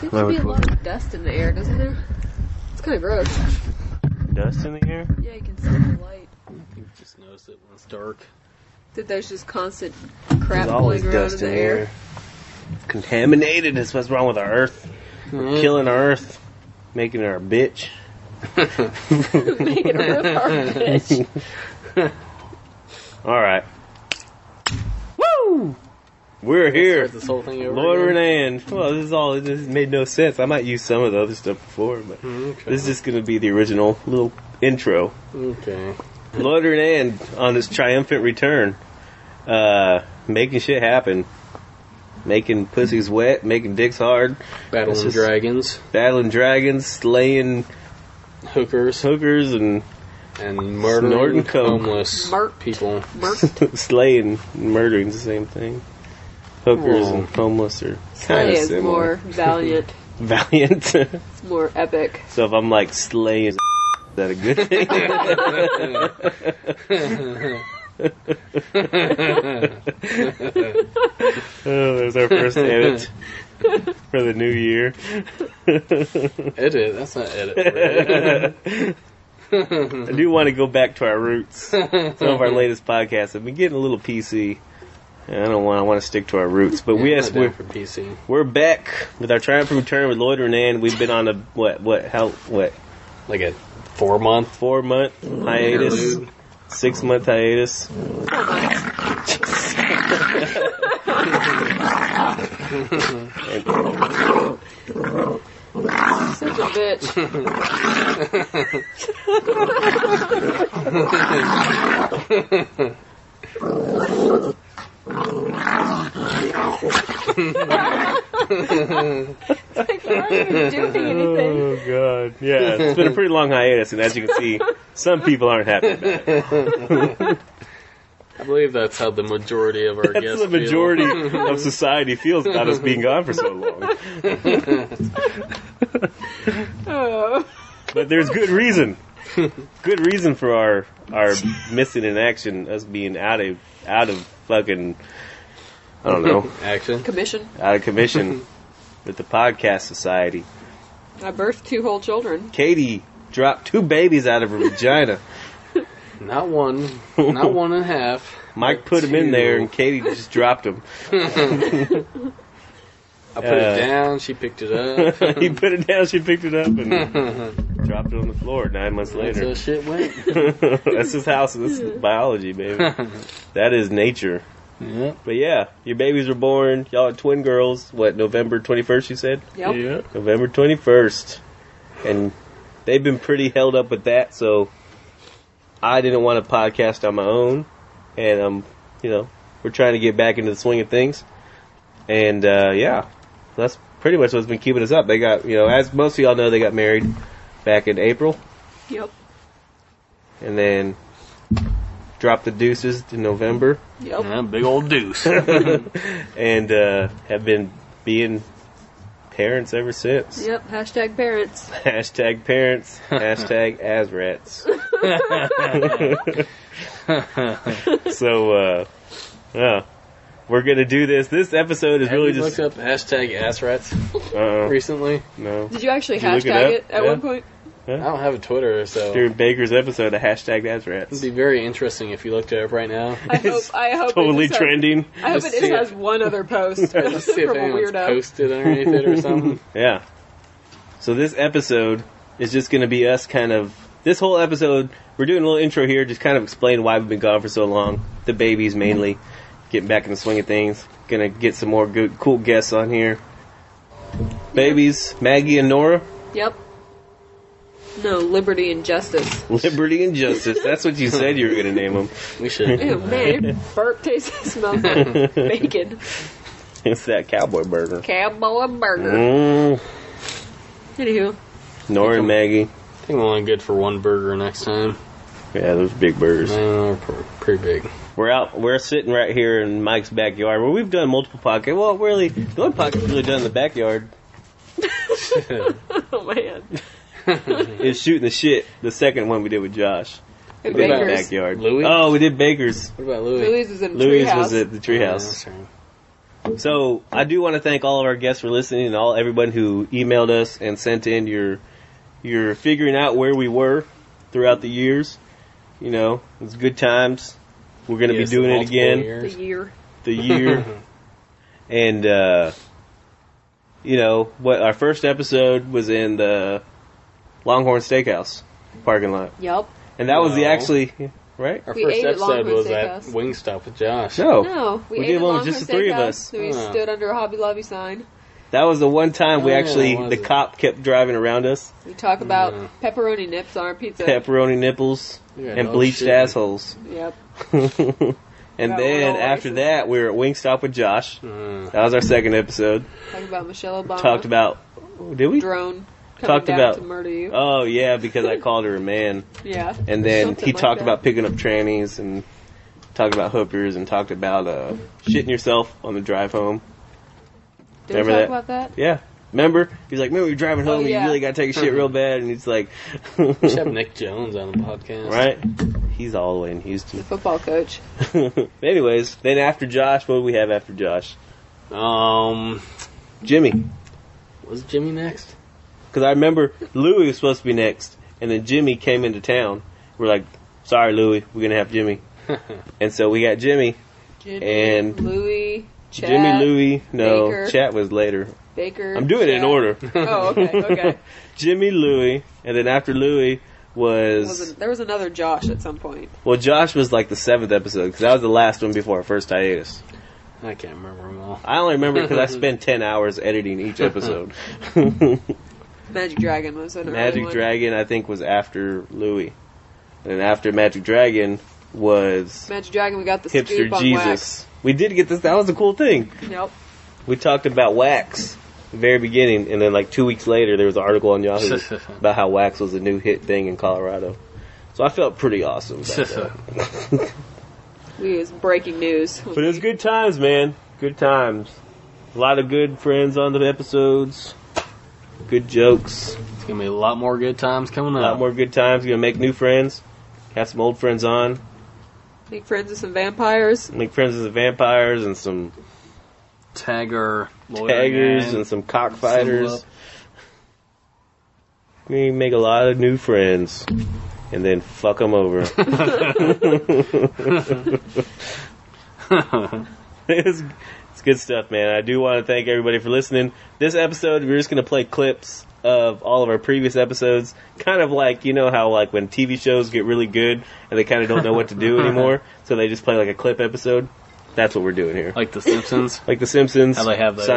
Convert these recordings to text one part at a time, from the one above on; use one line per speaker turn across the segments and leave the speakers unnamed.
Seems
Hello,
to be a
everyone.
lot of dust in the air, doesn't there? It's kind of gross.
Dust in the air?
Yeah, you can see the light.
You just notice it when it's dark.
That there's just constant
There's
crap
always
blowing around
dust
in the
in
air.
here. Contaminated is what's wrong with our earth. We're killing our earth, making her a bitch.
Making a real hard pitch.
All right. Woo! We're here.
Start this whole thing over.
Lord
again.
and Well, this is all. This made no sense. I might use some of the other stuff before, but
Mm, Okay.
this is just gonna be the original little intro.
okay.
Lord and on his triumphant return, uh, making shit happen, making pussies wet, making dicks hard,
Battling
This is-
dragons,
battling dragons, slaying
hookers,
hookers, and
and murdering
Snorting coke.
homeless
Murked.
people.
Murked.
slaying and murdering is the same thing. Hookers
Whoa.
and homeless are kind
Slay
of
is more
similar.
valiant.
Valiant. so
It's more epic.
if I'm like slaying, is that a good thing? oh, there's our first edit for the new year.
Edit. That's not edit.
I do want to go back to our roots. Some of our latest podcasts have been getting a little PC. and I don't want. I want to stick to our roots, but we yes,
Not down
we're
for PC.
we're back with our triumphant return with Lloyd Renan. We've been on a what what how what
Like a four month
four month hiatus,
interlude.
six month hiatus.
Such a bitch. Like, we're not even doing anything.
Oh god, yeah, it's been a pretty long hiatus, and as you can see, some people aren't happy. About it.
I believe that's how the majority of our
That's
guests.
the
feel.
majority of society feels about us being gone for so long.
Oh.
But there's good reason. Good reason for our our missing in action, us being out of out of fucking I don't know,
Action.
Commission.
out of commission with the podcast society.
I birthed two whole children.
Katie dropped two babies out of her vagina.
Not one. Not one and a half.
Mike put them in there and Katie just dropped them.
I put
Uh,
it down. She picked it up.
he put it down, she picked it up and dropped it on the floor nine months
That's how
later.
shit went.
That's his house, this is biology, baby. That is nature.
Yep.
But yeah, your babies were born. Y'all are twin girls. What, November 21st, you said?
Yep.
Yep.
November 21st. And they've been pretty held up with that, so I didn't want to podcast on my own. And, um, you know, we're trying to get back into the swing of things. And, uh, yeah, that's pretty much what's been keeping us up. They got, you know, as most of y'all know, they got married back in April
Yep.
and then dropped the deuces in November.
Yep.
Yeah, big old deuce.
and uh, have been being parents ever since.
Yep. Hashtag parents.
Hashtag parents. Hashtag as rats. so, uh, yeah, we're gonna do this. This episode is
Have
really
you
just
looked up hashtag ass rats
uh,
recently?
no
Did you actually
Did you look it
hashtag
up?
it, at
Yeah.
one point?
I don't have a Twitter, so
during Baker's episode of hashtag as
it'd
rats.
be very interesting if you looked it up right now.
I hope.
It's
I hope.
Totally
it just
trending.
Has, I hope
Just
it
see
just
it.
has one other post from a
Just see if anyone's
weirdo.
posted underneath it or something.
Yeah. So this episode is just going to be us kind of this whole episode. We're doing a little intro here, just kind of explain why we've been gone for so long. The babies mainly, getting back in the swing of things. Gonna get some more good, cool guests on here. Babies, Maggie and Nora,
Yep. No liberty and justice.
Liberty and Justice. That's what you said you were gonna name them.
We should.
Ew, man, your burp tastes smells like bacon.
It's that cowboy burger.
Cowboy burger.
Mm,
Anywho,
Nora and Maggie.
I think we're only good for one burger next time.
Yeah, those big burgers.
I don't know, we're pr- pretty big.
We're out. We're sitting right here in Mike's backyard, where we've done multiple podcasts. Well, really, the only podcast we've really done in the backyard
oh man,
is shooting the shit. The second one we did with Josh.
and
We did
about
the
Baker's.
backyard.
Louis?
Oh, we did Bakers.
What about Louis?
Louise was in
Louis
treehouse.
was at the
Yeah,
treehouse.
that's right.
So I do want to thank all of our guests for listening and all everyone who emailed us and sent in your your figuring out where we were throughout the years. You know, it's good times. We're gonna
Yes,
be doing it
multiple
again
The
years.
year.
the year. and uh you know, what our first episode was in the Longhorn Steakhouse parking lot.
Yup.
And that was the
No.
actually right?
Our
We
first
ate at
episode
Longhorn
was at
Steakhouse.
Wingstop with Josh.
No.
No, we,
Oh. we
ate
did one with
at Longhorn
just the three of
Steakhouse,
us.
and we
Huh.
stood under a Hobby Lobby sign.
That was the one time we
Oh, yeah,
actually
was
the
it?
cop kept driving around us.
We talk about
Yeah.
pepperoni nips on our pizza.
Pepperoni nipples
Yeah,
and
dog
bleached
shit.
assholes.
Yep.
and
Got
then
one all
after
racist.
that we were at Wingstop with Josh.
Mm.
That was our second episode.
Talk about Michelle Obama.
Talked about did we?
drone. Coming
Talked
down
about-
to murder you.
Oh yeah, because I called her a man.
yeah.
And then
Something
he
like
talked
that.
about picking up trannies and talked about hookers and talked about uh, shitting yourself on the drive home.
Did we talk
remember
about that?
Yeah. Remember? He's like, remember you're driving home
Oh,
and you
yeah.
really got to take a shit real bad. And he's like,
We should have Nick Jones on the podcast.
right? He's all the way in
The
Houston.
football coach.
Anyways, then after Josh, what do we have after Josh?
Um,
Jimmy.
was Jimmy next?
Because I remember Louie was supposed to be next. And then Jimmy came into town. We're like, sorry, Louie, we're going to have Jimmy. And so we got Jimmy.
Jimmy,
And-
Louie, Chad,
Jimmy, Louie. No,
Baker.
chat was later.
Baker.
I'm doing it in
Chad.
order.
Oh, okay, okay.
Jimmy Louie, and then after Louie
was
was
a, there was another Josh at some point.
well, Josh was like the seventh episode because that was the last one before our first hiatus.
I can't remember them all.
I only remember because I spent ten hours editing each episode. Magic
Magic Dragon was an early one.
Dragon, I think, was after Louie, and then after Magic Dragon was
Magic Dragon, we got the
Hipster
scoop on wax.
Jesus. We did get this. That was a cool thing.
Nope.
We talked about wax. at the Very beginning, and then like two weeks later, there was an article on Yahoo about how wax was a new hit thing in Colorado. So I felt pretty awesome. About that.
We was breaking news.
But it was good times, man. Good times. A lot of good friends on the episodes. Good jokes.
It's gonna be a lot more good times coming
A
up.
lot more good times. Gonna make new friends. Have some old friends on.
Make friends with some vampires.
Make friends with the vampires and some
Tagger, lawyer
taggers
gang,
and some
symbol
cockfighters.
up.
We make a lot of new friends and then fuck them over. it was, it's good stuff, man. I do want to thank everybody for listening. This episode, we're just going to play clips of all of our previous episodes. Kind of like, you know, how like when TV shows get really good and they kind of don't know what to do anymore, so they just play like a clip episode. That's what we're doing here.
like The Simpsons.
Like The Simpsons,
Oh, How they have those, uh,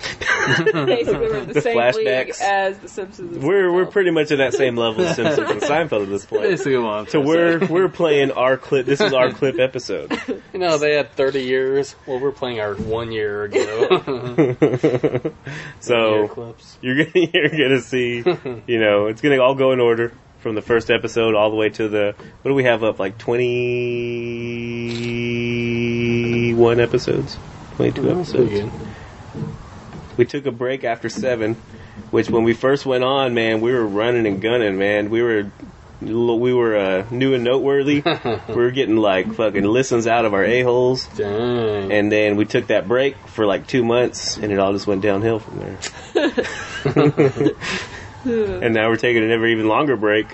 Seinfeld.
Basically, we're in the,
The
same league
flashbacks.
as the Simpsons.
We're we're pretty much at that same level as Simpsons and Seinfeld at this point.
Basically, what I'm
So
trying to
we're
say.
we're playing our clip. This is our clip episode.
you know they had 30 years. Well, we're playing our one year ago. Year
So
clips.
you're gonna you're gonna see, you know, it's gonna all go in order from the first episode all the way to the what do we have up like twenty one episodes, twenty two
That's pretty
episodes.
good.
We took a break after seven, which when we first went on, man, we were running and gunning, man. We were we were uh, new and noteworthy. we were getting like fucking listens out of our a holes.
Dang.
And then we took that break for like two months, and it all just went downhill from there. and now we're taking an ever even longer break,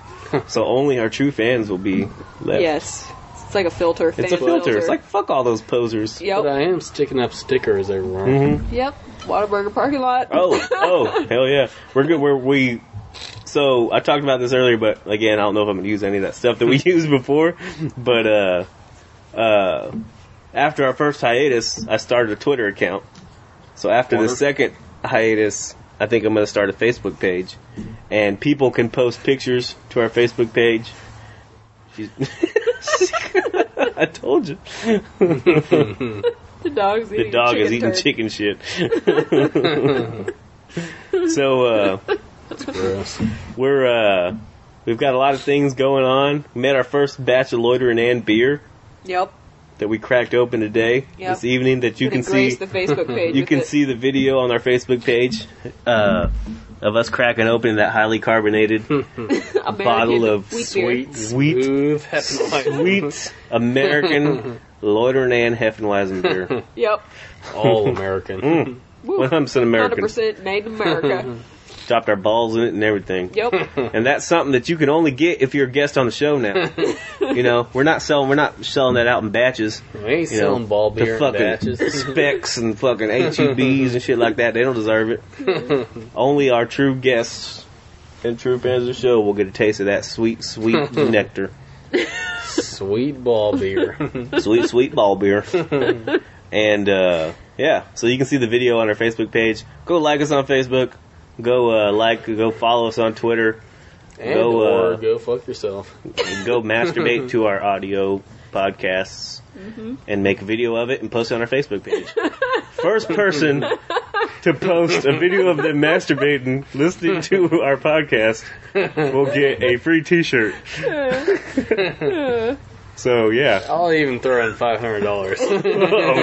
so only our true fans will be left.
Yes. It's like a filter.
it's
fan
a filter. It's like fuck all those posers.
but
Yep.
I am sticking up stickers everywhere.
Yep. Waterburger parking lot.
Oh, oh, hell yeah, we're good. We're we. So I talked about this earlier, but again, I don't know if I'm gonna use any of that stuff that we used before. But uh, uh, after our first hiatus, I started a Twitter account. So after the
Wonder-
second hiatus, I think I'm gonna start a Facebook page, and people can post pictures to our Facebook page. She's- I told you.
The dog's
The
eating
dog
chicken
is eating
turd.
chicken shit. so uh,
Gross.
we're uh, we've got a lot of things going on. We made our first batch of loitering and beer
Yep.
that we cracked open today
Yep.
this evening. That you
Gonna
can see
grace the Facebook page.
you
with
can
it.
see the video on our Facebook page uh, of us cracking open that highly carbonated
American
bottle of
wheat beer.
Sweet,
Sweet.
smooth, hepanoid.
sweet American Loitering Ann Heffenweizen beer.
Yep.
All American.
Mm,
Woo.
100% American.
100% made in America.
Dropped our balls in it and everything.
yep.
And that's something that you can only get if you're a guest on the show now. you know, we're not selling we're not selling that out in batches.
We ain't
You
selling
know,
ball
the
beer in
fucking
batches.
Specs and fucking HEBs and shit like that. They don't deserve it. Only our true guests and true fans of the show will get a taste of that sweet, sweet nectar.
Sweet ball beer.
sweet, sweet ball beer. and uh, yeah, so you can see the video on our Facebook page. Go like us on Facebook. Go uh, like. Go follow us on Twitter.
And
Go,
or
uh,
go fuck yourself.
Go masturbate to our audio podcasts and make a video of it and post it on our Facebook page. First person to post a video of them masturbating, listening to our podcast, will get a free T-shirt. so yeah.
I'll even throw in five hundred dollars.
Oh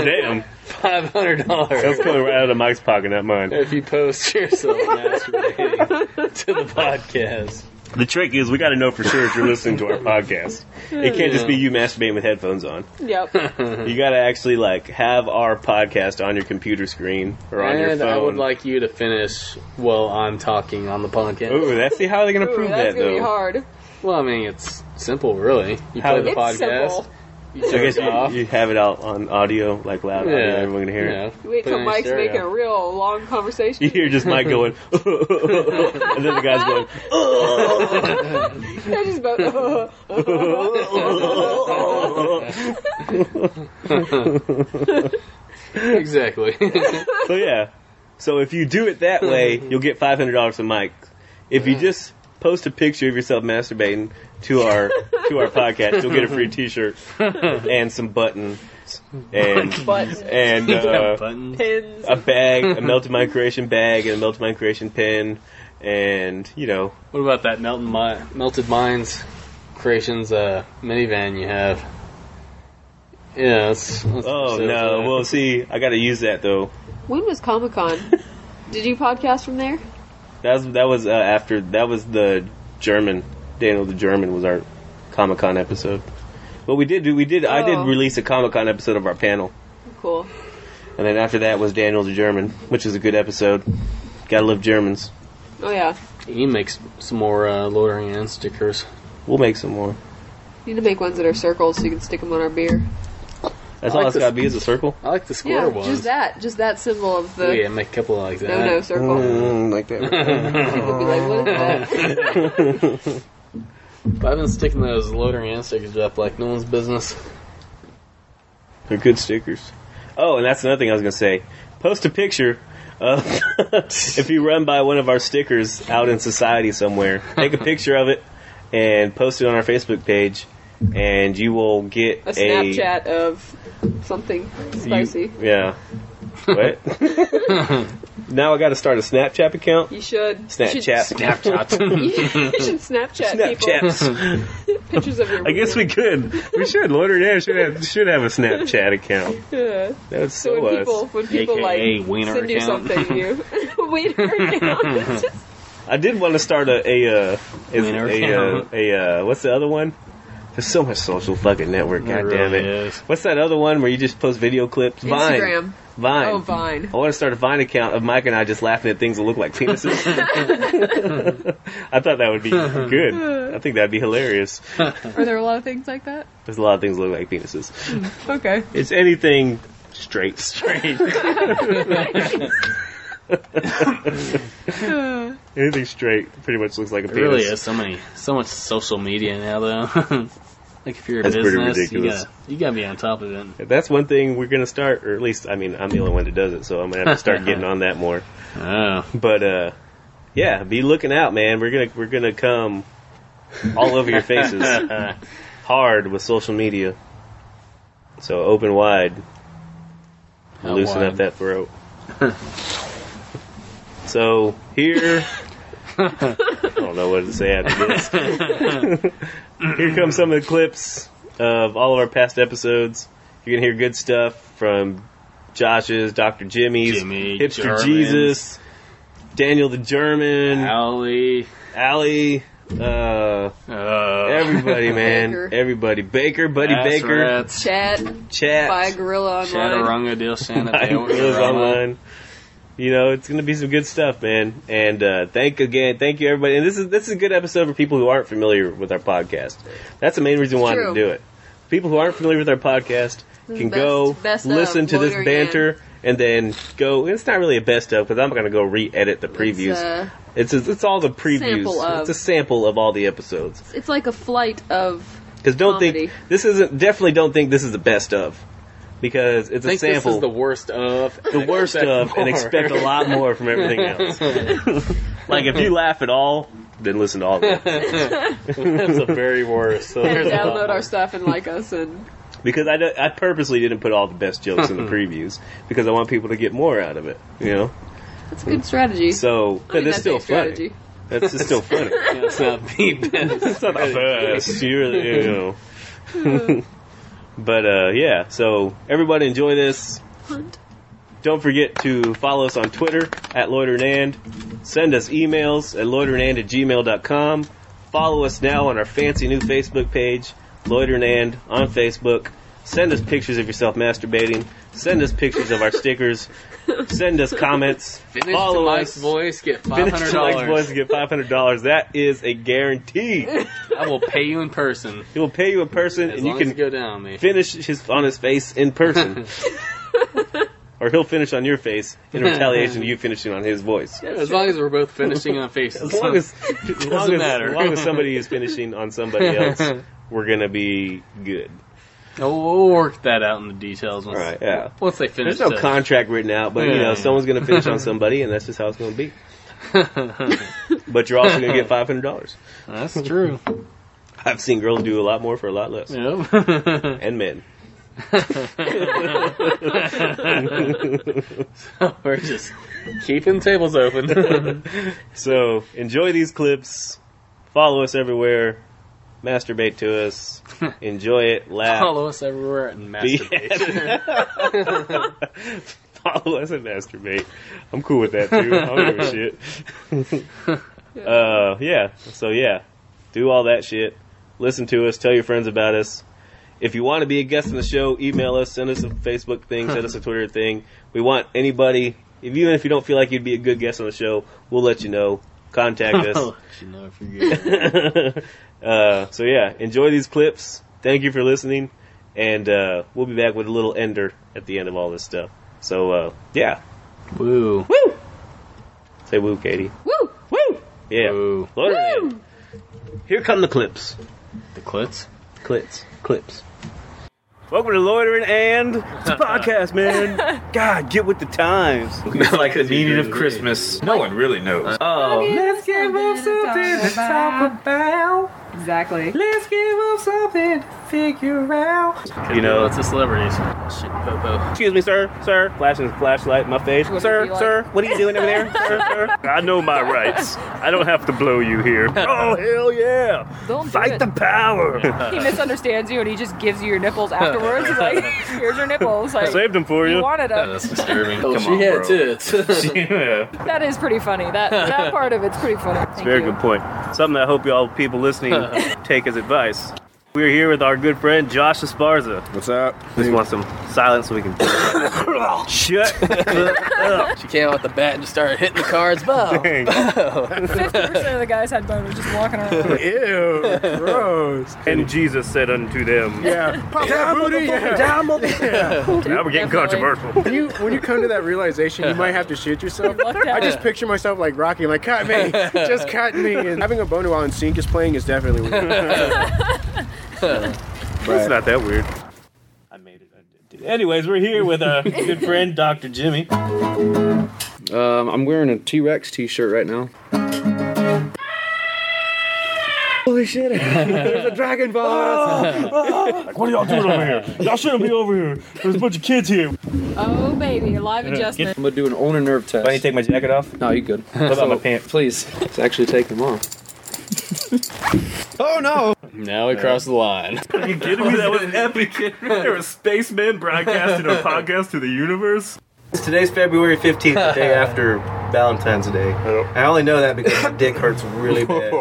damn!
Five hundred dollars
That's coming right out of Mike's pocket, not mine.
if you post yourself masturbating to the podcast.
The trick is we got to know for sure if you're listening to our podcast. It can't just be you masturbating with headphones on.
Yep.
You got to actually like have our podcast on your computer screen or on your
And
phone.
I would like you to finish while I'm talking on the podcast.
Ooh, that's see how are they going to
Ooh,
prove
that's
that
gonna be
though?
hard.
Well, I mean, it's simple, really. You
How-
play the
It's
podcast.
simple.
You
I guess
jerk off.
you, you have it out on audio, like loud
yeah,
audio, everyone can hear it.
yeah.
Wait
Put it
till
in
Mike's
stereo.
making a real long conversation.
You hear just Mike going, and then the guy's going,
I just about. uh,
Exactly.
so yeah. So if you do it that way, you'll get five hundred dollars from Mike. If you just post a picture of yourself masturbating to our to our podcast, you'll get a free T-shirt and some buttons and
buttons,
and uh,
Button.
pins.
a bag, a melted mine creation bag, and a melted mine creation pin, and you know,
What about that melted, Mi- melted minds creations uh, minivan you have? Yeah, that's, that's
oh
so-
no, well see, I got to use that though.
When was Comic Con? Did you podcast from there?
That was that was uh, after that was the German Daniel the German was our Comic Con episode. But we did do we did I
Oh.
did release a Comic Con episode of our panel,
Cool.
and then after that was Daniel the German, which is a good episode. Gotta love Germans.
Oh yeah.
he makes some more uh, loitering and stickers.
We'll make some more.
Need to make ones that are circles so you can stick them on our beer.
That's
I
all
like
it's
this-
gotta be is a circle.
I like the square
Yeah,
ones.
just that, just that symbol of the
Oh, yeah, make a couple like that.
no no circle.
Mm, like that.
People be like, what is that?
But I've been sticking those loitering and stickers up like no one's business.
They're good stickers. Oh, and that's another thing I was gonna say. Post a picture. of if you run by one of our stickers out in society somewhere, take a picture of it and post it on our Facebook page, and you will get
A Snapchat of something spicy.
You,
You,
yeah. What? now I got to start a Snapchat account.
should You
Snapchat.
should,
Snapchat.
you should Snapchat, people
Snapchats.
pictures of your.
I guess we could. We should. Lord and Ann should have should have a Snapchat account.
Yeah.
That would
So
so
when
us.
people when people
AKA
like
wiener
send you
account.
something, you wiener account.
I did want to start a a uh, is-
Winner
a, uh,
account.
a uh, what's the other one? There's so much social fucking network.
There
God damn it!
really is.
What's that other one where you just post video clips?
Instagram.
Vine. Vine.
Oh, Vine.
I want to start a Vine account of Mike and I just laughing at things that look like penises. I thought that would be good. I think that'd be hilarious.
Are there a lot of things like that?
There's a lot of things that look like penises.
Okay.
It's anything straight. Straight.
Uh,
anything straight pretty much looks like a
It
penis.
really is so many, so much social media now, though. like if you're a
That's pretty
business, you
ridiculous.
gotta, you gotta be on top of it.
That's one thing we're gonna start, or at least I mean I'm the only one that does it, so I'm gonna have to start getting on that more.
Oh,
But uh yeah, be looking out, man. We're gonna we're gonna come all over your faces
Uh,
hard with social media. So open wide,
How
loosen
wide?
up that throat. so here, I don't know what to say after this. here come some of the clips of all of our past episodes. You're gonna hear good stuff from Josh's, Doctor Jimmy's,
Jimmy,
Hipster
Germans.
Jesus, Daniel the German,
Alley,
Allie, uh,
uh,
Everybody, man.
Baker.
Everybody. Baker, Buddy
Ass
Baker,
Rats,
Chat by
Chat,
Gorilla Online.
Chaturanga Del Sanateo.
Gorillas Online. You know, it's gonna be some good stuff, man. And uh, thank again, thank you everybody. And this is this is a good episode for people who aren't familiar with our podcast. That's the main reason why I
True.
do it. People who aren't familiar with our podcast can
best-
go
best of,
listen to this
loitering
banter and then go. It's not really a best of because I'm gonna go re-edit the previews.
It's, uh,
It's a, it's all the previews.
Sample of.
It's a sample of all the episodes.
it's like a flight of.
Because don't
Comedy.
think this isn't definitely don't think this is the best of because it's
I
a
think this
sample
is the worst of.
the worst of and expect a lot more from everything else. like if you laugh at all, then listen to all of it
That's the very worst. So
And
there's a lot
download
more.
our stuff and like us and
because I, don't- I purposely didn't put all the best jokes in the previews because I want people to get more out of it. You know,
that's a good strategy.
Hmm. so
I
but
mean,
it's
that's
still
a strategy.
funny. That's just still funny.
Yeah, it's not the best.
It's not the best, you really, you know. but uh, yeah, so everybody enjoy this.
Hunt.
Don't forget to follow us on Twitter at LoiterNand. Send us emails at loiternand at gmail.com. Follow us now on our fancy new Facebook page, LoiterNand on Facebook. Send us pictures of yourself masturbating. Send us pictures of our stickers. Send us comments.
Finish
follow
to Mike's
us.
voice, get five
Finish
hundred
to Mike's voice
dollars.
and get five hundred dollars. That is a guarantee.
I will pay you in person.
He will pay you in person,
As
and you
long
can
as you go down on me.
finish his on his face in person, or he'll finish on your face in retaliation to you finishing on his voice.
As long as we're both finishing on faces.
As long as, as, long
Doesn't
as,
matter.
as long as somebody is finishing on somebody else, we're gonna be good.
We'll, we'll work that out in the details once,
Right, yeah.
once they finish.
There's no
the-
contract written out, but you know
Yeah.
someone's gonna finish on somebody, and that's just how it's gonna be. But you're also gonna get five hundred dollars.
That's true.
I've seen girls do a lot more for a lot less,
Yep.
and men.
We're just keeping tables open.
So enjoy these clips. Follow us everywhere. Masturbate to us. Enjoy it. Laugh.
Follow us everywhere and masturbate.
Follow us and masturbate. I'm cool with that too. I don't give a shit. uh, yeah. So yeah, do all that shit. Listen to us. Tell your friends about us. If you want to be a guest on the show, email us. Send us a Facebook thing. Send us a Twitter thing. We want anybody. If, even if you don't feel like you'd be a good guest on the show, we'll let you know. Contact us.
you never forget.
uh, so yeah, enjoy these clips. Thank you for listening, and uh, we'll be back with a little ender at the end of all this stuff. So uh, yeah,
Woo.
woo! Say woo, Katie.
Woo!
Woo! Yeah.
Woo.
Lord,
Woo!
man. Here come the clips.
The clits.
Clips. Clips. Welcome to Loitering and it's a podcast, man. God, get with the times. It's like the meaning of Christmas.
No one really knows.
Oh,
Let's give up something to talk about. Exactly.
let's give up something to figure out. You know,
it's the celebrities. Shit, popo.
Excuse me, sir, sir. Flashing his flashlight in my face.
What
sir,
if you like-
sir, what are you doing over there? sir, sir. I know my rights. I don't have to blow you here. Oh, hell yeah.
Don't do it.
power.
he misunderstands you and he just gives you your nipples afterwards. He's like, here's your nipples. Like,
them for
you wanted them.
That's disturbing.
Oh,
Come
she
on,
had
bro.
tits.
yeah.
That is pretty funny. That that part of it's pretty funny. Thank
Very
you.
good point. Something that I hope y'all people listening take as advice. We're here with our good friend Josh Esparza.
What's up?
Just want some silence so we can. Shut the
She came out with the bat and just started hitting the cards. Bow.
thing.
Fifty percent of the guys had boners just walking around.
Ew, gross.
And Jesus said unto them,
Yeah, pop that booty. Yeah.
Now we're getting
Definitely.
controversial.
When you when you come to that realization, you might have to shoot yourself.
Lucked out.
I just picture myself like Rocky, like cut me, just cut me. And having a boner while in sync is playing is definitely weird.
It's not that weird. I made it. I did. Anyways, we're here with our good friend Dr. Jimmy.
Um, I'm wearing a T Rex T-shirt right now. Holy shit! There's a dragon ball.
What are y'all doing over here? Y'all shouldn't be over here. There's a bunch of kids here.
oh baby, live adjustment.
I'm gonna do an ulnar nerve test.
I need to take my jacket off.
No, you good.
What about my pants?
Please, let's actually take them off. oh no!
Now we cross the line.
Are you kidding me? That was epic. there were spacemen broadcasting a podcast to the universe. Today's February 15th, the day after Valentine's Day. I only know that because my dick hurts really bad.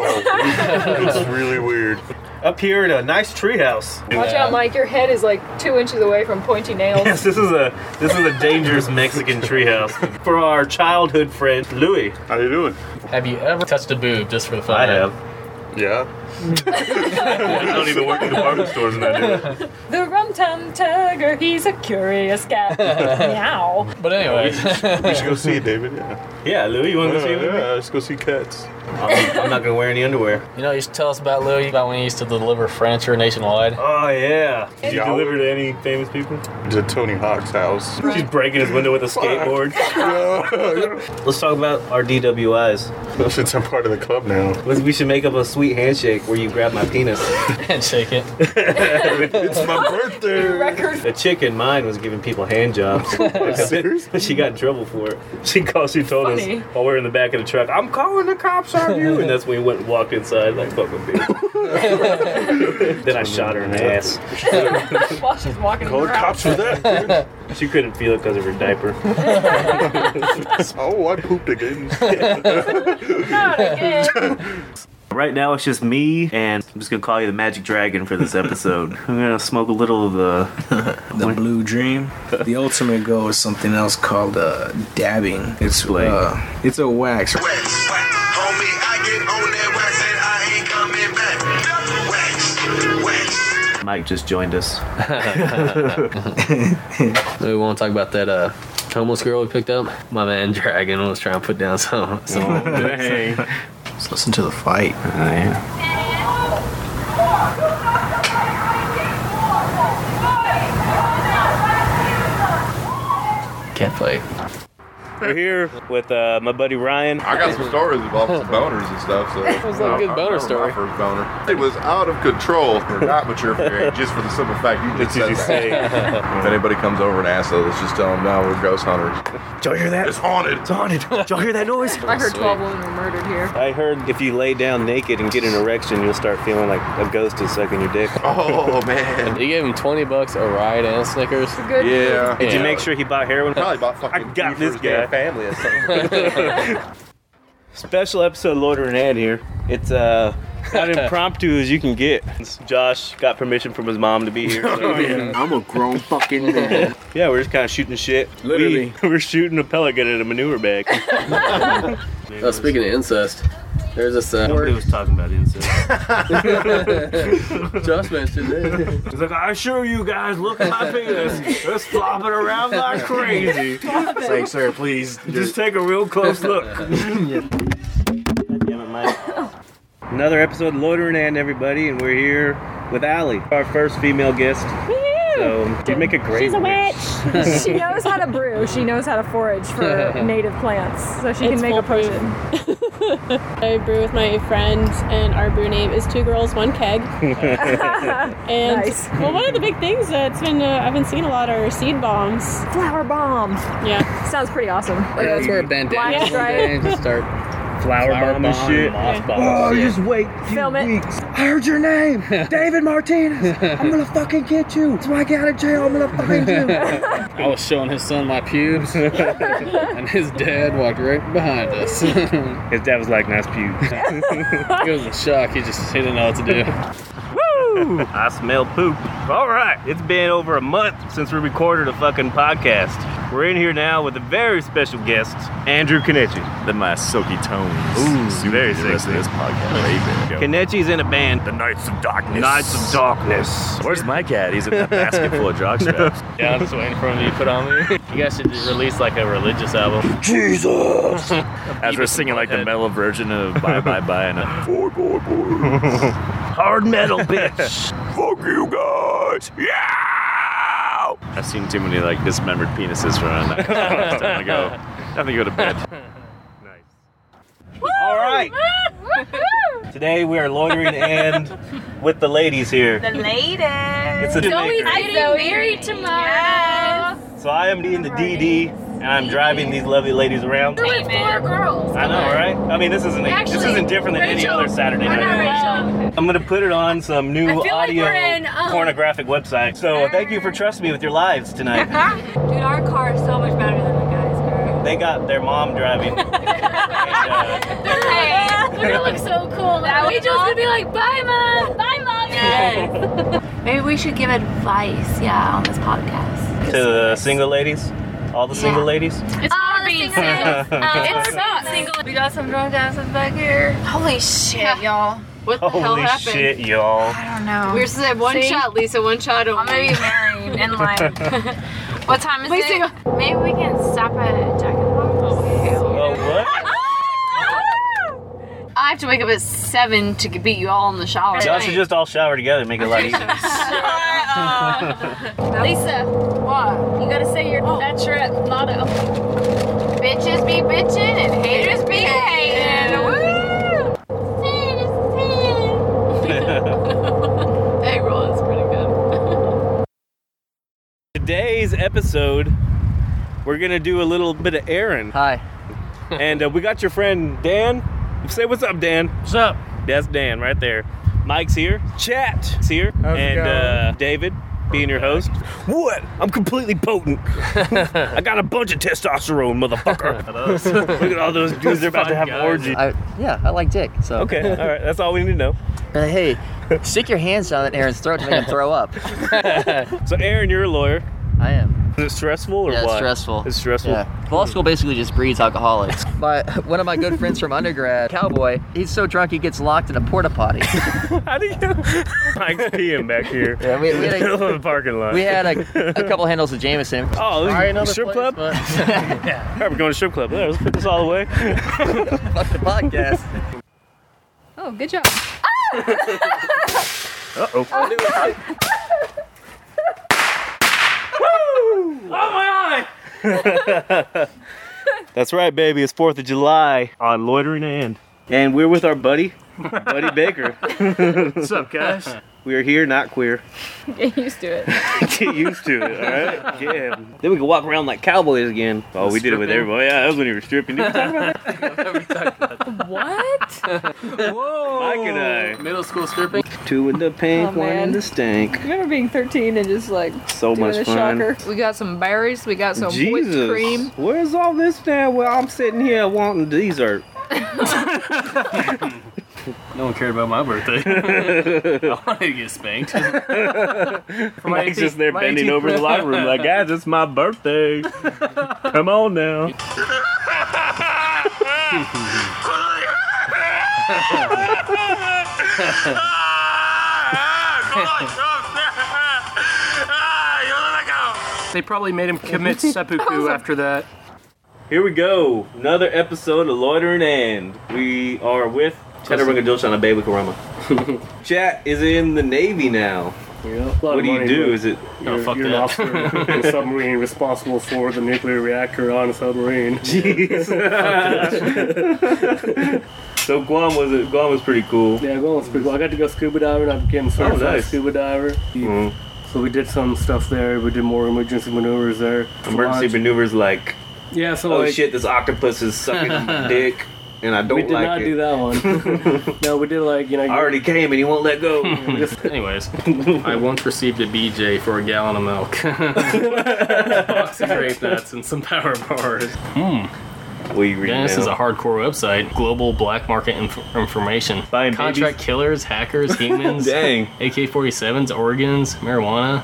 It's really weird.
up here at a nice treehouse.
Watch out, Mike. Your head is like two inches away from pointy nails.
Yes, this is a this is a dangerous Mexican treehouse for our childhood friend Louis. Uh,
How you doing?
Have you ever touched a boob just for the fun?
I
of it?
have.
Yeah. I don't even work in department stores and I do it.
The rum tum tugger, he's a curious cat. Meow.
But anyway,
We should go see it, David. Yeah.
Yeah, Louis, you want to see
yeah,
him?
let's go see cats.
I'm, I'm not gonna wear any underwear.
you know, you should tell us about Louis about when he used to deliver furniture nationwide.
Oh yeah. Did you
Yeah.
deliver to any famous people?
To Tony Hawk's house.
He's breaking his window with a skateboard. Let's talk about our DWIs.
Since I'm part of the club now.
Let's- We should make up a sweet handshake where you grab my penis.
and shake it.
It's my birthday.
Record.
A chick in mine was giving people hand jobs.
Seriously?
she got in trouble for it.
She called. She told
Funny.
us while we are in the back of the truck. I'm calling the cops on you. And that's when we went and walked inside like fucking bitch. then I shot her in the ass.
While she's walking
Call the
around.
cops for that.
She couldn't feel it because of her diaper.
dude. oh, I pooped again.
Not again.
Right now it's just me, and I'm just gonna call you the Magic Dragon for this episode. I'm gonna smoke a little of the.
The Blue Dream. The ultimate goal is something else called uh, dabbing. It's uh, it's a wax.
Wax, wax. Homie, I get on that wax and I ain't coming back. Wax, wax.
Mike just joined us.
We want to talk about that uh, homeless girl we picked up. My man Dragon was trying to put down some. some
Let's listen to the fight.
Can't play.
We're here with uh, my buddy Ryan.
I got some stories about some boners and stuff. So it
was a good boner story.
My first boner. It was out of control. We're not mature for your age, just for the simple fact you just said
Did you
that.
say?
If anybody comes over and asks us, let's just tell them now we're ghost hunters.
Y'all hear that?
It's haunted.
haunted. Y'all hear that noise?
I heard 12 women were murdered here.
I heard if you lay down naked and get an erection, you'll start feeling like a ghost is sucking your dick.
Oh man.
He gave him 20 bucks, a ride, and Snickers.
Good.
Yeah.
Did you
Yeah.
make sure he bought heroin?
Probably about fucking
I got
food for
this
his damn
guy.
family or something.
Special episode Lord and Ad here. It's uh about impromptu as you can get. Josh got permission from his mom to be here. so-
Oh,
yeah.
I'm a grown fucking man.
we're just kind of shooting shit.
Literally.
We, are shooting a pellet gun at a manure bag.
Uh,
Oh, speaking of incest, there's this uh,
Nobody was talking about incest.
Josh mentioned it.
He's like, I assure you guys, look at my penis. It's flopping around like crazy.
It's like, sir, please.
Just take a real close look.
Damn it, Mike. Another episode of Loitering and everybody, and we're here with Allie, our first female guest. So you make a great
She's a witch. she knows how to brew. She knows how to forage for native plants, so she
It's
can make a
foolproof.
potion.
I brew with my friends, and our brew name is Two Girls One Keg. and
Nice.
well, one of the big things that's been uh, I've been seeing a lot are seed bombs.
Flower bomb.
Yeah,
Sounds pretty awesome. Like,
That's where a bandana
Black
one
stripe.
day and just start
Flower, bomb and shit.
moth bomb.
Oh, just wait.
Film it.
I heard your name, David Martinez. I'm gonna fucking get you. That's why I got out of jail. I'm gonna fucking do.
I was showing his son my pubes, and his dad walked right behind us. it
His dad was like, nice pubes.
was a shock. He just he didn't know what to do.
Woo! I smell poop. All right, it's been over a month since we recorded a fucking podcast. We're in here now with a very special guest, Andrew Kenichi.
Then my silky tones.
Ooh,
suited
very
the rest
sexy.
of this podcast. Right there.
Kenichi's in a band,
the Knights of
The
Darkness.
Knights of Darkness.
Where's my cat? He's in that basket full of jock straps.
Yeah, I'm just waiting for him to be put on me. You guys should release like a religious album.
As we're singing like the metal version of Bye Bye Bye and uh, a Boy Boy Boy.
Hard metal, bitch.
Fuck you guys. Yeah. I've seen too many like dismembered penises for around that. It's time to go. Time to go to bed.
All right. Today we are loitering and with the ladies here.
the latest.
It's a maker.
getting married tomorrow.
So I am in the DD and I'm driving these lovely ladies around. I
Four girls.
know, right? I mean, this isn't this isn't different than any other Saturday night. I'm gonna put it on some new
feel like
audio
we're in, um,
pornographic website. So uh, thank you for trusting me with your lives tonight.
Dude, our car is so much better than the guys' car.
They got their mom driving. And, uh,
Hey. gonna look so cool. That
way,
Rachel's gonna be like, bye, mom. Bye, mom.
Maybe we should give advice, yeah, on this podcast.
To the single ladies? All the single
Yeah.
ladies?
It's not being Uh,
it's
not single. We got some drunk asses back here. Holy shit, y'all. What the hell
Holy
happened?
shit, y'all.
I don't know.
We're supposed to have one shot,
Lisa. One shot
I'm gonna be married and like, what time is it?
Maybe we can stop at Jack in the Box.
Oh, what?
I have to wake up at seven to beat you all in the shower.
Y'all should just all shower together, make it a lot easier.
Lisa, what? You gotta say your bachelorette motto.
Bitches be bitching and haters be hating. Woo! Hey, Roland's pretty good.
Today's episode, we're gonna do a little bit of Aaron. Hi. and uh, we got your friend Dan. Say what's up, Dan. What's up? That's Dan right there. Mike's here. Chat's here.
it
and
going?
Uh, David being your host. What? I'm completely potent. I got a bunch of testosterone, motherfucker. Look at all those dudes. They're about to have an orgy.
I, yeah, I like dick. So
Okay, all right. That's all we need to know.
Uh, hey, stick your hands down at Aaron's throat to make him throw up.
so Aaron, you're a lawyer.
I am.
Is it stressful or
yeah,
what?
It's stressful.
It's stressful.
Yeah. Law school basically just breeds alcoholics. My one of my good friends from undergrad, cowboy, he's so drunk he gets locked in a porta potty.
How do you? Mike's peeing back here.
Yeah, we- we
in
had
the
a-
middle of the parking lot.
we had a, a couple handles of Jameson.
Oh, this
Alright,
is
another
strip
place,
club? All right, we're going to strip club. There, let's put this all away. Fuck the podcast.
Oh, good job.
Ah! Uh oh. Woo! Oh my That's right, baby. It's 4th of July on Loitering End. And we're with our buddy, Buddy Baker. What's up, guys? We're here, not queer.
Get used to it.
Get used to it, all right? Yeah. Then we can walk around like cowboys again. Oh, we did it with
Stripping.
everybody. Yeah, that was when you were stripping. Didn't we talk about that?
What? Whoa.
Mike and I.
Middle school stripping.
Two in the pink,
Oh,
one in
man.
the stink.
Remember being 13 and just like
So much fun.
We got some berries. We got some
Jesus,
whipped cream.
where's all this now? Well, I'm sitting here wanting dessert.
No one cared about my birthday. I wanted to get spanked. For my
Mike's
18th
just there
my
bending
18th
over in the locker room, like, guys, it's my birthday. Come on now.
They probably made him commit seppuku after that.
Here we go. Another episode of Loitering and We are with Chaturanga Dilshana Baby Karama. Chat is in the Navy now. What do you do? Is it
You're, you're an officer in a submarine responsible for the nuclear reactor on a submarine.
so Guam was it? Guam was pretty cool.
Yeah, Guam was pretty cool. I got to go scuba diving. I became certified
nice.
scuba diver.
Mm-hmm.
So we did some stuff there. We did more emergency maneuvers there.
Emergency
Flies.
maneuvers like,
Yeah, so
oh
like,
shit, this octopus is sucking my dick, and I don't
we did
like
not
it.
do that one. no, we did like you know.
I already came and he won't let go.
Anyways, I once received a BJ for a gallon of milk. Box of grape nuts and some power bars. Hmm.
We read
Yeah, this
now.
is a hardcore website. Global black market inf- information. Buying Contract killers, hackers, humans.
Dang.
AK-47s, organs, marijuana.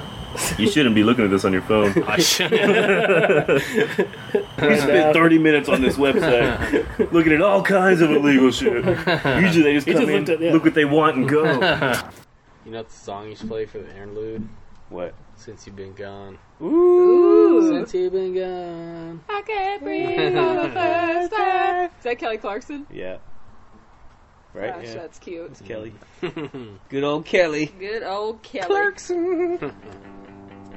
You shouldn't be looking at this on your phone.
I shouldn't.
We spent 30 minutes on this website looking at all kinds of illegal shit. Usually they just
He
come
just
in,
looked at- yeah.
look what they want, and go.
You know what the song you should play for the interlude?
What?
Since you've been gone.
Ooh.
Since you've been gone.
I can't breathe for the first time. Is that Kelly Clarkson?
yeah. Right?
Gosh, that's cute.
It's Kelly. Good old Kelly.
Good old Kelly. Clarkson.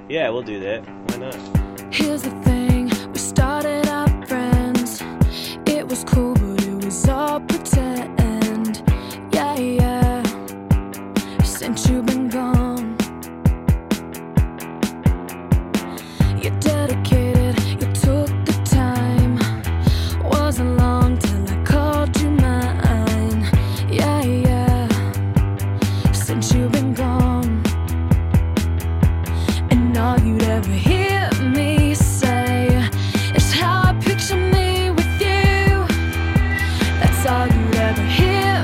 Yeah, we'll do that. Why not?
Here's the thing, we started out friends. It was cool, but it was all pretend. Yeah, yeah. Since you've been gone, you dedicated, you took the time. Wasn't long till I called you mine. Yeah, yeah. Since you've been gone. And all you'd ever hear me say is how I picture me with you. That's all you'd ever hear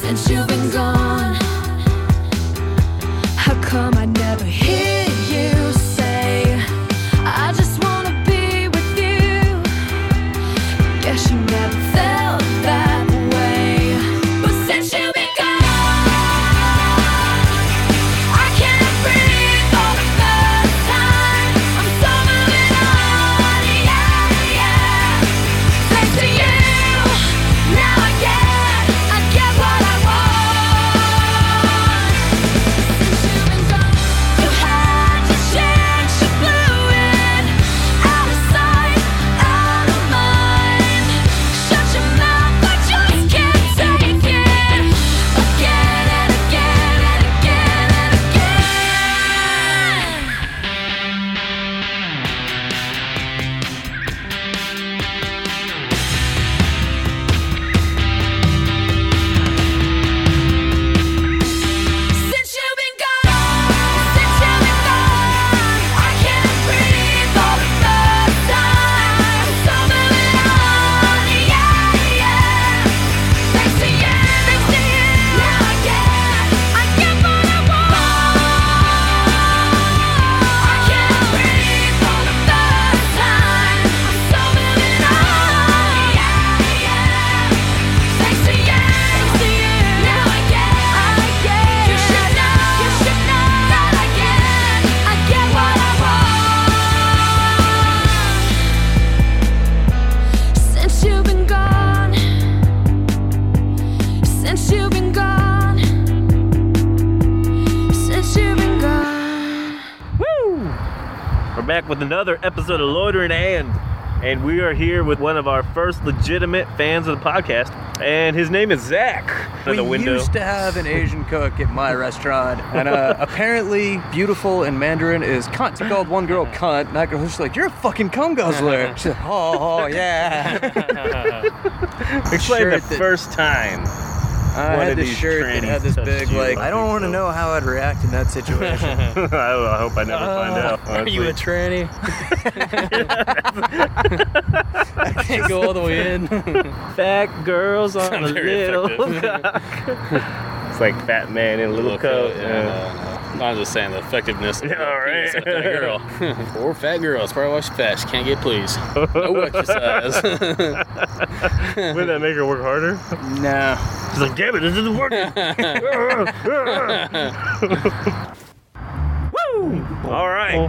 since you've been gone. How come I never hear you say, I just wanna be with you? Guess you never felt that way. But since you've been gone, I can't breathe for the first time. I'm so moving on, yeah, yeah. Thanks to you, now I get, I get what I want. Since you've been gone, you had your chance, you blew it. Out of sight, out of mind. Shut your mouth, I just can't take it. Again and again and again and again. Since you've been gone, since you've been gone, I can't breathe for the first time. So moving on, yeah, yeah. Thanks to you, thanks to you, now I get, I get what I want. I can't breathe for the first time. I'm so moving on, yeah, yeah. Thanks to you, thanks to you, now I get, I get. You should know, you should know that I get, I get what I want. Since you've been gone, since you've been gone, since you've been gone. Woo!
Mm. We're back with another episode of Loitering and and we are here with one of our first legitimate fans of the podcast, and his name is Zach. Out the
we
window.
used to have an Asian cook at my restaurant, and uh, apparently, beautiful in Mandarin is cunt. She called one girl cunt, and I go, she's like, "You're a fucking cum guzzler." She's like, "Oh, oh yeah."
Explain the
Shirt that-
first time.
I
one
had
of
this
these
shirt that
trannies
had this
touched
big
you.
like. I don't want to know how I'd react in that situation. I hope I
never find out,
Are Uh, you a tranny?
I can't go all the way in. Fat girls on a
Sounds very
little
effective.
cock. It's like fat man in little, coat.
yeah, no, no. I'm just saying the effectiveness. All right, fat girl or fat girl. That's probably why she's fat. She can't get pleased. No exercise.
Wouldn't that make her work harder?
No.
She's like, damn it, this isn't working. Woo! All right.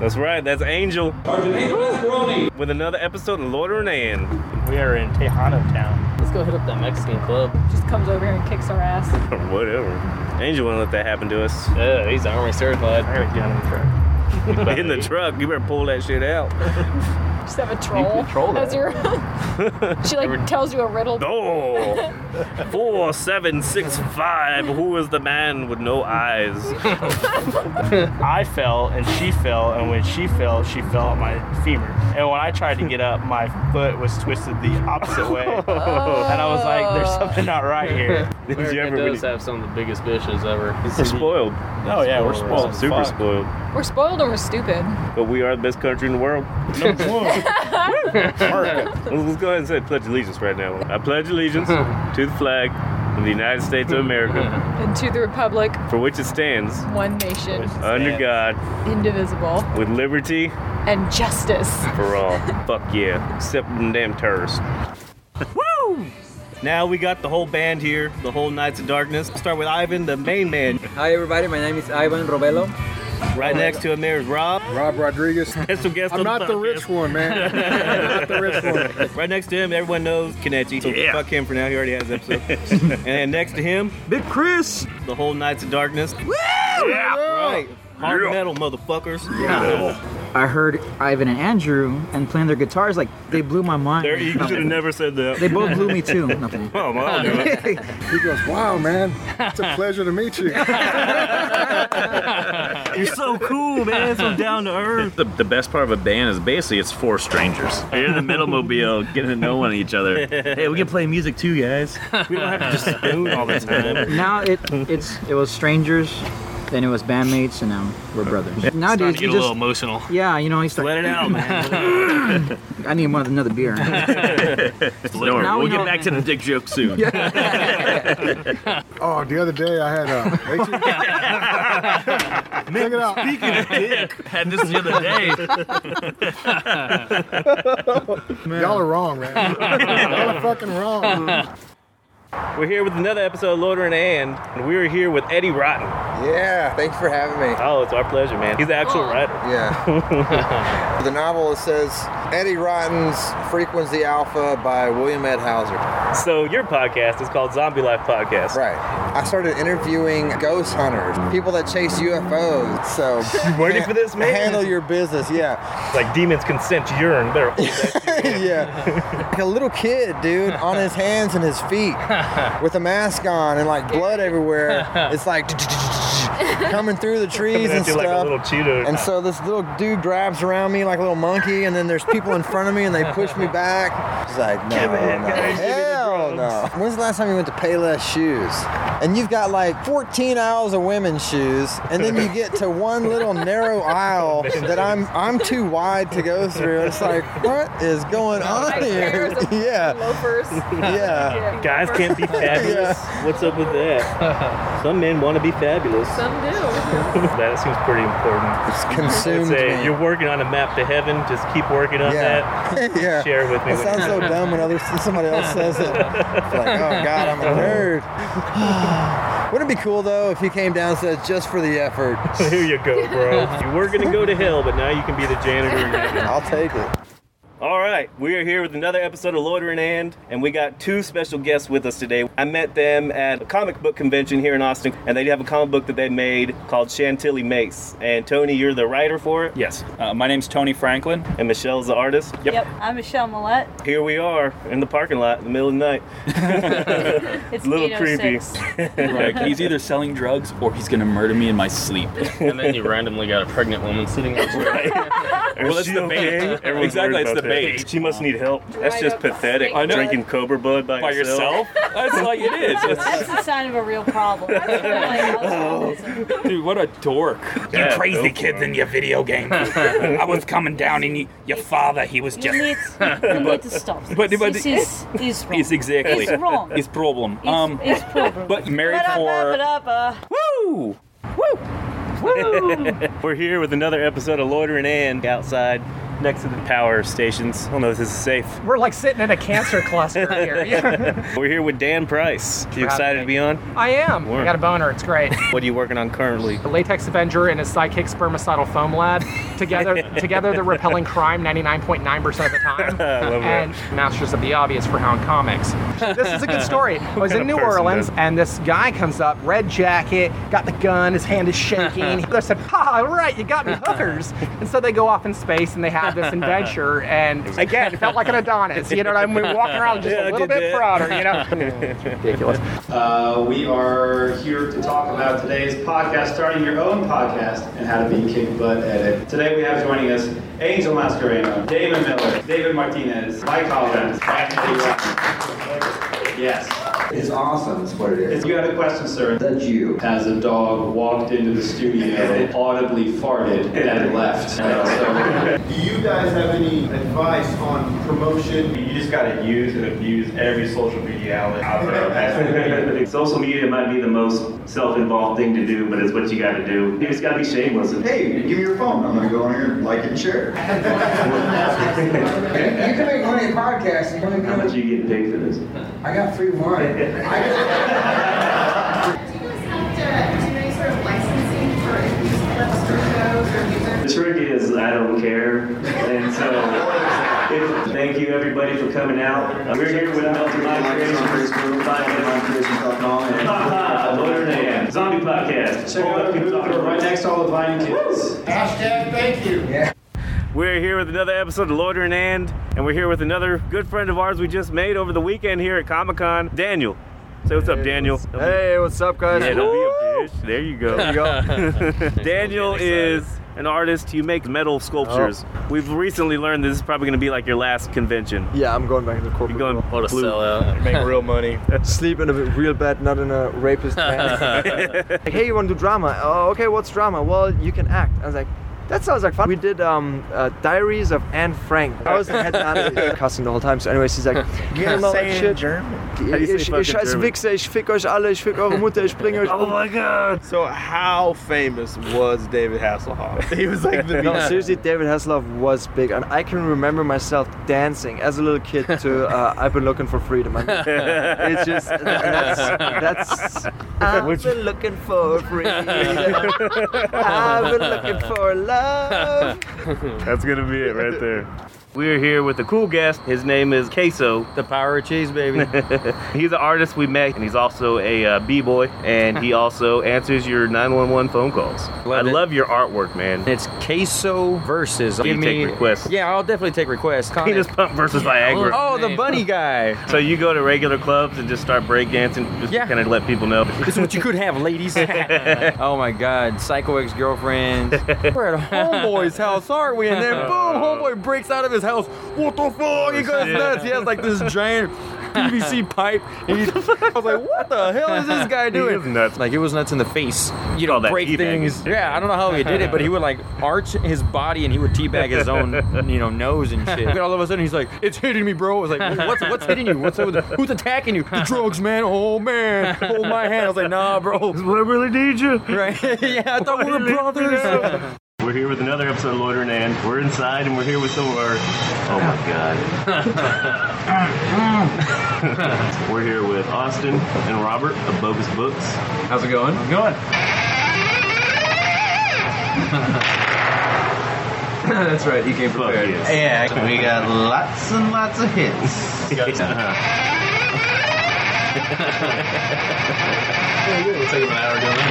That's right. That's Angel. With another episode of Lord and Ann. We are in Tejano Town. Let's go hit up that Mexican club.
Just comes over here and kicks our ass.
Or whatever. Angel wouldn't let that happen to us. Yeah, he's army certified. I already in the truck. in the truck, you better pull that shit out.
Just have a troll.
troll
as
that.
your. she like tells you a riddle.
Oh, four, seven, six, five. Who is the man with no eyes?
I fell and she fell, and when she fell, she fell on my femur. And when I tried to get up, my foot was twisted the opposite way. And I was like, there's something not right here.
Did you ever does have some of the biggest bitches ever.
We're spoiled.
Oh, yeah, we're spoiled as
Super
fuck.
spoiled.
We're spoiled and we're stupid.
But we are the best country in the world. Let's let's go ahead and say pledge allegiance right now. I pledge allegiance to the flag of the United States of America,
and to the republic,
for which it stands,
one nation,
under God,
indivisible,
with liberty
and justice.
for all. Fuck yeah, except them damn terrorists. Woo! Now we got the whole band here, the whole Knights of Darkness. Start with Ivan, the main man.
Hi, everybody. My name is Ivan Robelo.
Right next to him there is Rob.
Rob Rodriguez.
Special guest
I'm
on
not the rich one, man. I'm not the rich one.
right next to him, everyone knows Kenichi. So fuck him for now. He already has an episode. and then next to him, Big Chris. The whole Knights of Darkness. Woo! Yeah! Right. Hard metal, motherfuckers.
I heard Ivan and Andrew and playing their guitars. Like they blew my mind.
There, you should have never said that.
They both blew me too. Nothing.
Oh, well,
he goes, "Wow, man, it's a pleasure to meet you."
You're so cool, man. So down to earth.
The, the best part of a band is basically it's four strangers. You're in the middle mobile, getting to know one each other. Hey, we can play music too, guys. We don't have to just spoon all the time.
Now it it's it was strangers.
and it was bandmates, and now we're brothers. Nowadays,
get
you
a
just
little emotional.
yeah, you know, he's like,
Let it out, man.
I need one- another beer.
Don't worry,
Now
we'll
we
get
know-
back to the dick joke soon.
Oh, the other day I had a. Check it out.
Speaking of dick, had this the other day.
Y'all are wrong, man. Y'all are fucking wrong.
We're here with another episode of Loader and Hand, and we're here with Eddie Rotten.
Yeah, thanks for having me.
Oh, it's our pleasure, man. He's the actual
Oh.
writer.
Yeah. the novel it says Eddie Rotten's Frequency Alpha by William Ed Hauser.
So your podcast is called Zombie Life Podcast.
Right. I started interviewing ghost hunters, people that chase UFOs. So
You ready for this, man?
Handle your business, yeah.
Like demons consent to urine. Better hold that
yeah. Like a little kid, dude, on his hands and his feet with a mask on and like blood everywhere. It's like coming through the trees
Coming
and
at you
stuff.
like a little Cheeto.
And so this little dude grabs around me like a little monkey, and then there's people in front of me, and they push me back. It's like, no,
Give it,
no,
guys, give me the
hell no. When's the last time you went to Payless Shoes? And you've got like 14 aisles of women's shoes, and then you get to one little narrow aisle that I'm I'm too wide to go through. It's like, what is going on
Like
here?
pairs of
yeah.
loafers.
Yeah.
Guys can't be fabulous. What's up with that? Some men want to be fabulous.
Some do.
that seems pretty important.
It's
consumed me.
you're working on a map to heaven. Just keep working on
Yeah.
that.
yeah.
Share with me.
It
when
sounds
you-
so dumb when others, somebody else says it. It's like, oh God, I'm a nerd. Wouldn't it be cool though if he came down and said, just for the effort?
Here you go, bro. You were gonna go to hell, but now you can be the janitor. again.
I'll take it.
All right, we are here with another episode of Loiter and Hand, and we got two special guests with us today. I met them at a comic book convention here in Austin, and they have a comic book that they made called Chantilly Mace. And Tony, you're the writer for it. Yes. Uh, my name's Tony Franklin, and Michelle's the artist.
Yep. I'm Michelle Millette.
Here we are in the parking lot in the middle of the night.
It's
a little creepy.
806.
Like, he's either selling drugs or he's gonna murder me in my sleep.
and then you randomly got a pregnant woman sitting outside.
Well, that's the bait.
Exactly, it's
about
the
that.
bait.
She must need help. That's
Dried
just
up the
pathetic.
snake I know.
Drinking cobra blood by,
By yourself? That's like it is.
That's the sign of a real problem.
Oh,
Dude, what a dork.
You crazy kids in your video game. I was coming down and you, your father, he was
You
just.
need, you need to stop. This,
But- but-
this is, is wrong.
It's exactly.
It's wrong.
It's problem. um,
it's problem.
But married for.
Ba-da-ba-ba-da-ba.
Woo!
We're here with another episode of Loitering and outside next to the power stations. I don't know if this is safe.
We're like sitting in a cancer cluster here. Yeah.
We're here with Dan Price.
Proud
You excited to be on?
I am.
Word.
I got a boner. It's great.
What are you working on currently?
The Latex Avenger and his sidekick spermicidal foam lab. Together, together they're repelling crime 99.9% of the time.
love that.
and masters of the obvious for Hound Comics. This is a good story. I was
What
in
kind of
New
person
Orleans,
does-
and this guy comes up, red jacket, got the gun, his hand is shaking. they said, "Ha! All right, you got me, hookers." And so they go off in space, and they have this adventure. And again, it felt like an Adonis. You know what I mean? Walking around just
Yeah, I
a little
did
bit
that.
prouder. You know. ridiculous.
Uh, we are here to talk about today's podcast, starting your own podcast, and how to be kick butt at it. Today we have joining us Angel Mascareno, Damon Miller, David Martinez, Mike Collins, Brian Hayes. Yes. It's awesome, is what it is. You had a question, sir. That you. As a dog walked into the studio, audibly farted, and left. So-
Do you guys have any advice on promotion?
You just gotta use and abuse every social media outlet out there. social media might be the most self-involved thing to do, but it's what you gotta do. You just gotta be shameless. Hey, give me your phone. I'm gonna go on here and like it and share.
You can make money podcasting.
How much are you getting paid for this?
I got free wine.
The trick is I don't care, and so. if- Thank you everybody for coming out. Uh, We're here with Melted Mind Creations. Find them on Facebook. Ah, Loitering Hand, Zombie Podcast. Check out the right next to all the Vine kids.
Hashtag thank you.
We're here with another episode of Loitering and, and we're here with another good friend of ours we just made over the weekend here at Comic Con, Daniel.
Say what's up, Daniel.
Hey, what's up, guys?
Yeah, don't be a bitch. There you go.
There you go.
Daniel is an artist. You make metal sculptures. We've recently learned this is probably going to be like your last convention.
Yeah, I'm going back to the corporate.
You're going what
blue. Make real money. Sleep in a real bed, not in a rapist bed. like, hey, you want to do drama? Oh, okay, what's drama? Well, you can act. I was like, that sounds like fun. We did um, uh, Diaries of Anne Frank. I was the head down, cussing the whole time. So, anyways, he's like,
You
yeah,
gotta
no,
say
like
it in
shit.
German.
Yeah,
You say
Ich,
fucking
ich heiße
German.
Wichser, ich fick euch alle, ich fick eure Mutter, ich bringe euch.
Oh my god. So how famous was David Hasselhoff? He was like the
no, seriously, David Hasselhoff was big, and I can remember myself dancing as a little kid to uh, "I've been looking for freedom." I mean, it's just and that's that's. I've been looking for freedom. I've been looking for love.
That's gonna be it right there. We're here with a cool guest. His name is Queso. The power of cheese, baby. he's an artist we met, and he's also a uh, b-boy, and he also answers your 911 phone calls. I love your artwork, man.
It's queso versus.
Do you
Give
take
me-
requests?
Yeah, I'll definitely take requests.
Penis
Comment.
pump versus Viagra.
Oh, the bunny guy.
So you go to regular clubs and just start breakdancing, just to kind of let people know.
This is what you could have, ladies. oh my God, psycho ex girlfriend. We're at homeboy's house, aren't we? And then boom, homeboy breaks out of his house. What the fuck? He goes
shit.
nuts. He has like this giant PVC pipe. And he, I was like, what the hell is this guy
He
doing?
is
nuts. Like it was nuts in the face. You know,
that
break
teabagging.
things. Yeah, I don't know how he did it, but he would like arch his body and he would teabag his own, you know, nose and shit. And all of a sudden he's like, it's hitting me, bro. I was like, what's what's hitting you? What's who's attacking you? The drugs, man. Oh man, hold my hand. I was like, nah, bro. I really need you. Right? yeah, I thought we were brothers.
We're here with another episode of Loitering and We're inside and we're here with some of our. Oh my god. we're here with Austin and Robert of Bogus Books. How's it going? Good.
That's right. He came prepared.
Yeah,
we got
lots and lots of hits.
It'll take an hour doing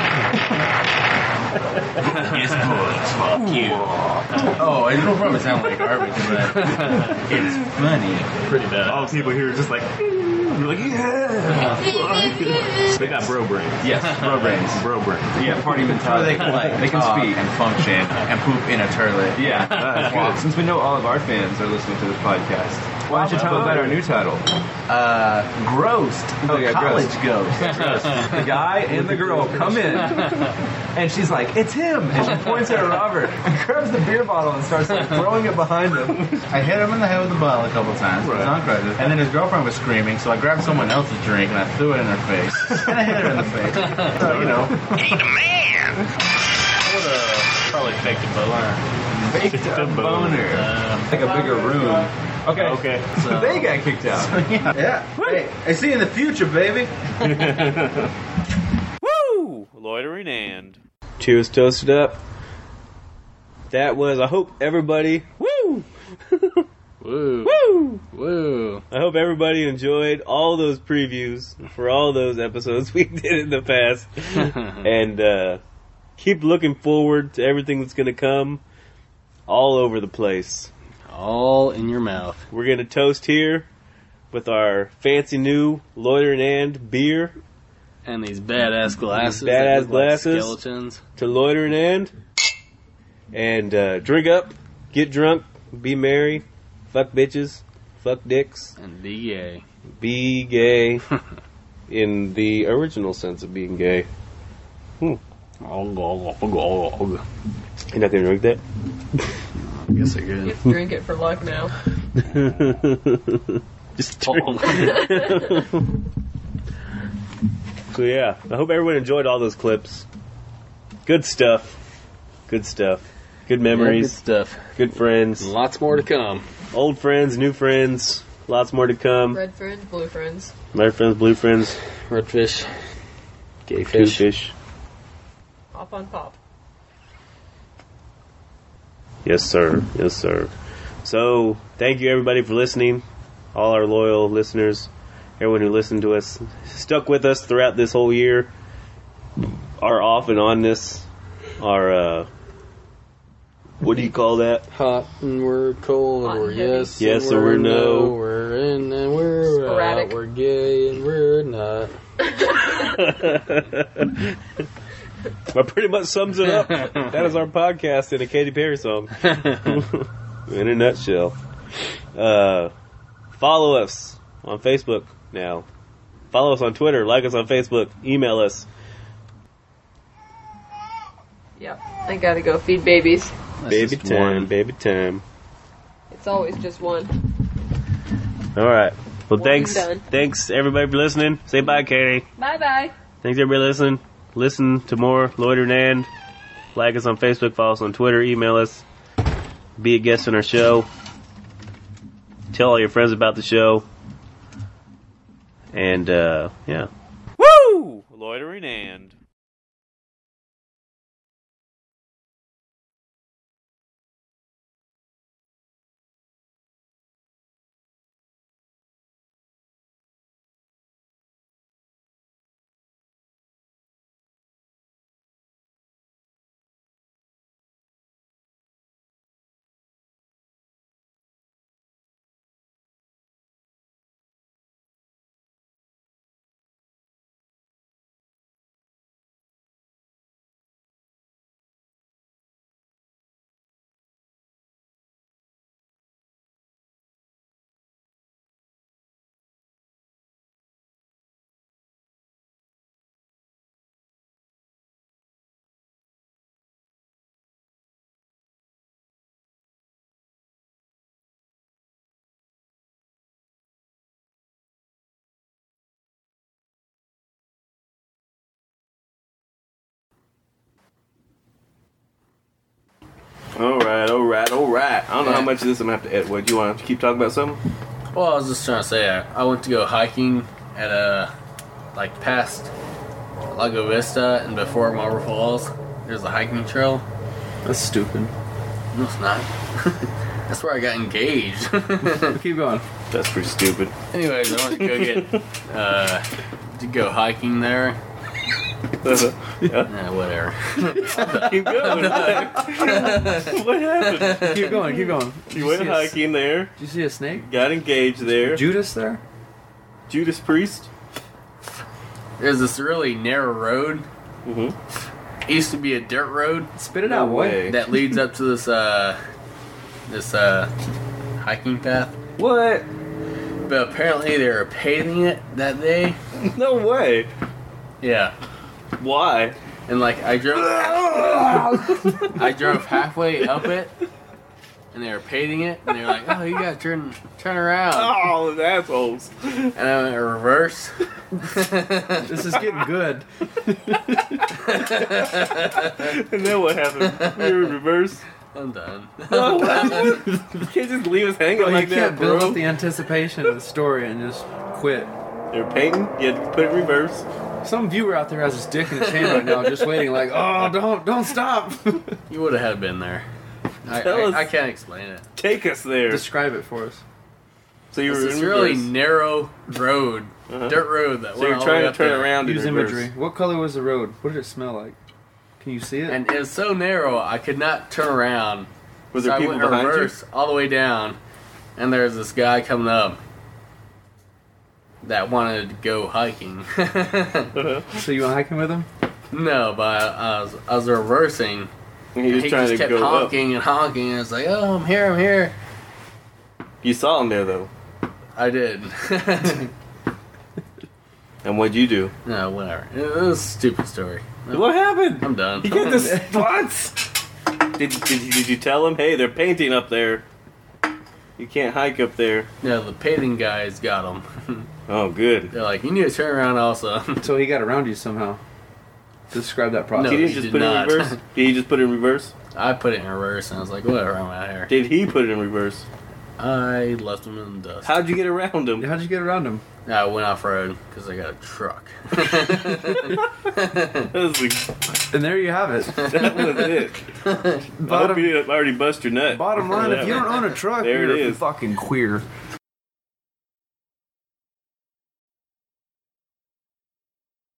It's good. Fuck you.
Oh, I don't probably sound like garbage, but
it's funny. Pretty bad. All the people here are just like, you're like, yeah. they got bro brains.
Yes, bro brains.
Bro brains.
Yeah, party mentality.
They can like,
They can
talk
speak.
and function and poop in a toilet.
Yeah, that's good. Since we know all of our fans are listening to this podcast, why don't you tell them about our new title? Uh, Grossed, the college ghost. the guy and the girl come in, and she's like, "It's him!" And she points at Robert, and grabs the beer bottle and starts like throwing it behind him.
I hit him in the head with the bottle a couple times. It was on crisis. And then his girlfriend was screaming, so I grabbed someone else's drink and I threw it in her face. and I hit her in the face. So, you know.
What a probably fake the boner.
Faked a boner. like a bigger room. Okay. Okay. So they got kicked out.
yeah. Hey, I see you in the future, baby.
Woo! Loitering and.
Cheers, toasted up. That was. I hope everybody. Woo! Woo! Woo! Woo! I hope everybody enjoyed all those previews for all those episodes we did in the past, and uh, keep looking forward to everything that's going to come, all over the place, all in your mouth. We're going to toast here with our fancy new loitering and beer
And these badass glasses.
these
that
Badass
look like
glasses.
skeletons.
To loitering end. And uh, drink up, get drunk, be merry, fuck bitches, fuck dicks. And be gay. Be gay in the original sense of being gay. Hmm. You're not gonna drink that? I guess I
You have to drink it for luck now.
can. Just drink. So yeah, I hope everyone enjoyed all those clips. Good stuff. Good stuff. Good memories. good stuff. Good friends. Lots more to come. Old friends, new friends. Lots more to come.
Red friends, blue friends.
Red friends, blue friends. Red fish. Gay fish.
Pop on pop.
Yes, sir. Yes, sir. So, thank you everybody for listening. All our loyal listeners, everyone who listened to us, stuck with us throughout this whole year, are off and on this, are, uh, what do you call that? Hot and we're cold
and we're
yes. Yes, and we're no.
We're in and we're
Sporadic.
out. We're gay and we're not.
That pretty much sums it up. that is our podcast in a Katy Perry song. in a nutshell. Uh, follow us on Facebook now. Follow us on Twitter. Like us on Facebook. Email us.
Yep. I gotta go feed babies.
baby time. Baby time.
It's always just one.
All right. Well, thanks.
done.
Thanks everybody for listening. Say bye, Katie.
Bye bye.
Thanks everybody for listening. Listen to more Lloyd Hernand. Like us on Facebook, follow us on Twitter, email us, be a guest on our show. Tell all your friends about the show. And uh yeah.
Woo! Loitering and. All right, all right, all right. I don't know how much of this I'm gonna have to edit. What do you want to keep talking about something?
Well, I was just trying to say, I, I went to go hiking at a like past Lago Vista and before Marble Falls. There's a hiking trail.
That's stupid.
No, it's not. That's where I got engaged. Keep going.
That's pretty stupid.
Anyways, I went to go get uh, to go hiking there. yeah, whatever.
Keep going. what happened?
Keep going, keep going. Did
You
you
went
see a s-
hiking there.
Did you see a snake?
Got engaged there.
Judas there?
Judas Priest?
There's this really narrow road. Mm-hmm. It used to be a dirt road. Spit
it out, boy.
That leads up to this uh, this uh, hiking path.
What?
But apparently they were paving it that day.
No way.
Yeah.
Why?
And like I drove, I drove halfway up it, and they were paving it, and they were like, "Oh, you gotta turn turn around."
Oh, the assholes!
And I went reverse.
This
is getting good.
and then what happened? We were in reverse.
I'm done.
Oh, what? you can't just leave us hanging
Well, you
like
can't
that,
build
bro.
up the anticipation of the story and just quit.
They're painting. You had to put it in reverse.
Some viewer out there has his dick in his hand right now, just waiting, like, oh, don't, don't stop.
you would have been there. I,
Tell
I,
us.
I can't explain it.
Take us there.
Describe it for us.
So
It's this really narrow road, dirt road that went all the way up there.
Use imagery. What color was the road? What did it smell like? Can you see it?
And it was so narrow, I could not turn around.
Was
so
there
I
people
went
behind you?
reverse all the way down, and there's this guy coming up that wanted to go hiking.
Uh-huh.
so you went hiking with him?
No, but I, I was I was reversing.
And he was trying
just
to
kept
go up.
honking and honking, and it's like, oh, I'm here, I'm here.
You saw him there though.
I did.
And what'd you do?
No, whatever. It was a stupid story.
What happened?
I'm done.
You got the spots. did, did did you tell him? Hey, they're painting up there. You can't hike up there.
No, the paving guys got him.
oh, good.
They're like, you need to turn around also.
so he got around you somehow. Describe that process.
No, he did not.
Did he just put it in reverse?
I put it in reverse, and I was like, whatever, I'm out here.
Did he put it in reverse?
I left him in the dust.
How'd you get around him?
How'd you get around him?
I went off road because I got a truck.
and there you have it.
That was it. I hope you didn't already bust your nut.
Bottom line, if you don't own a truck,
there
you're
it is.
fucking queer.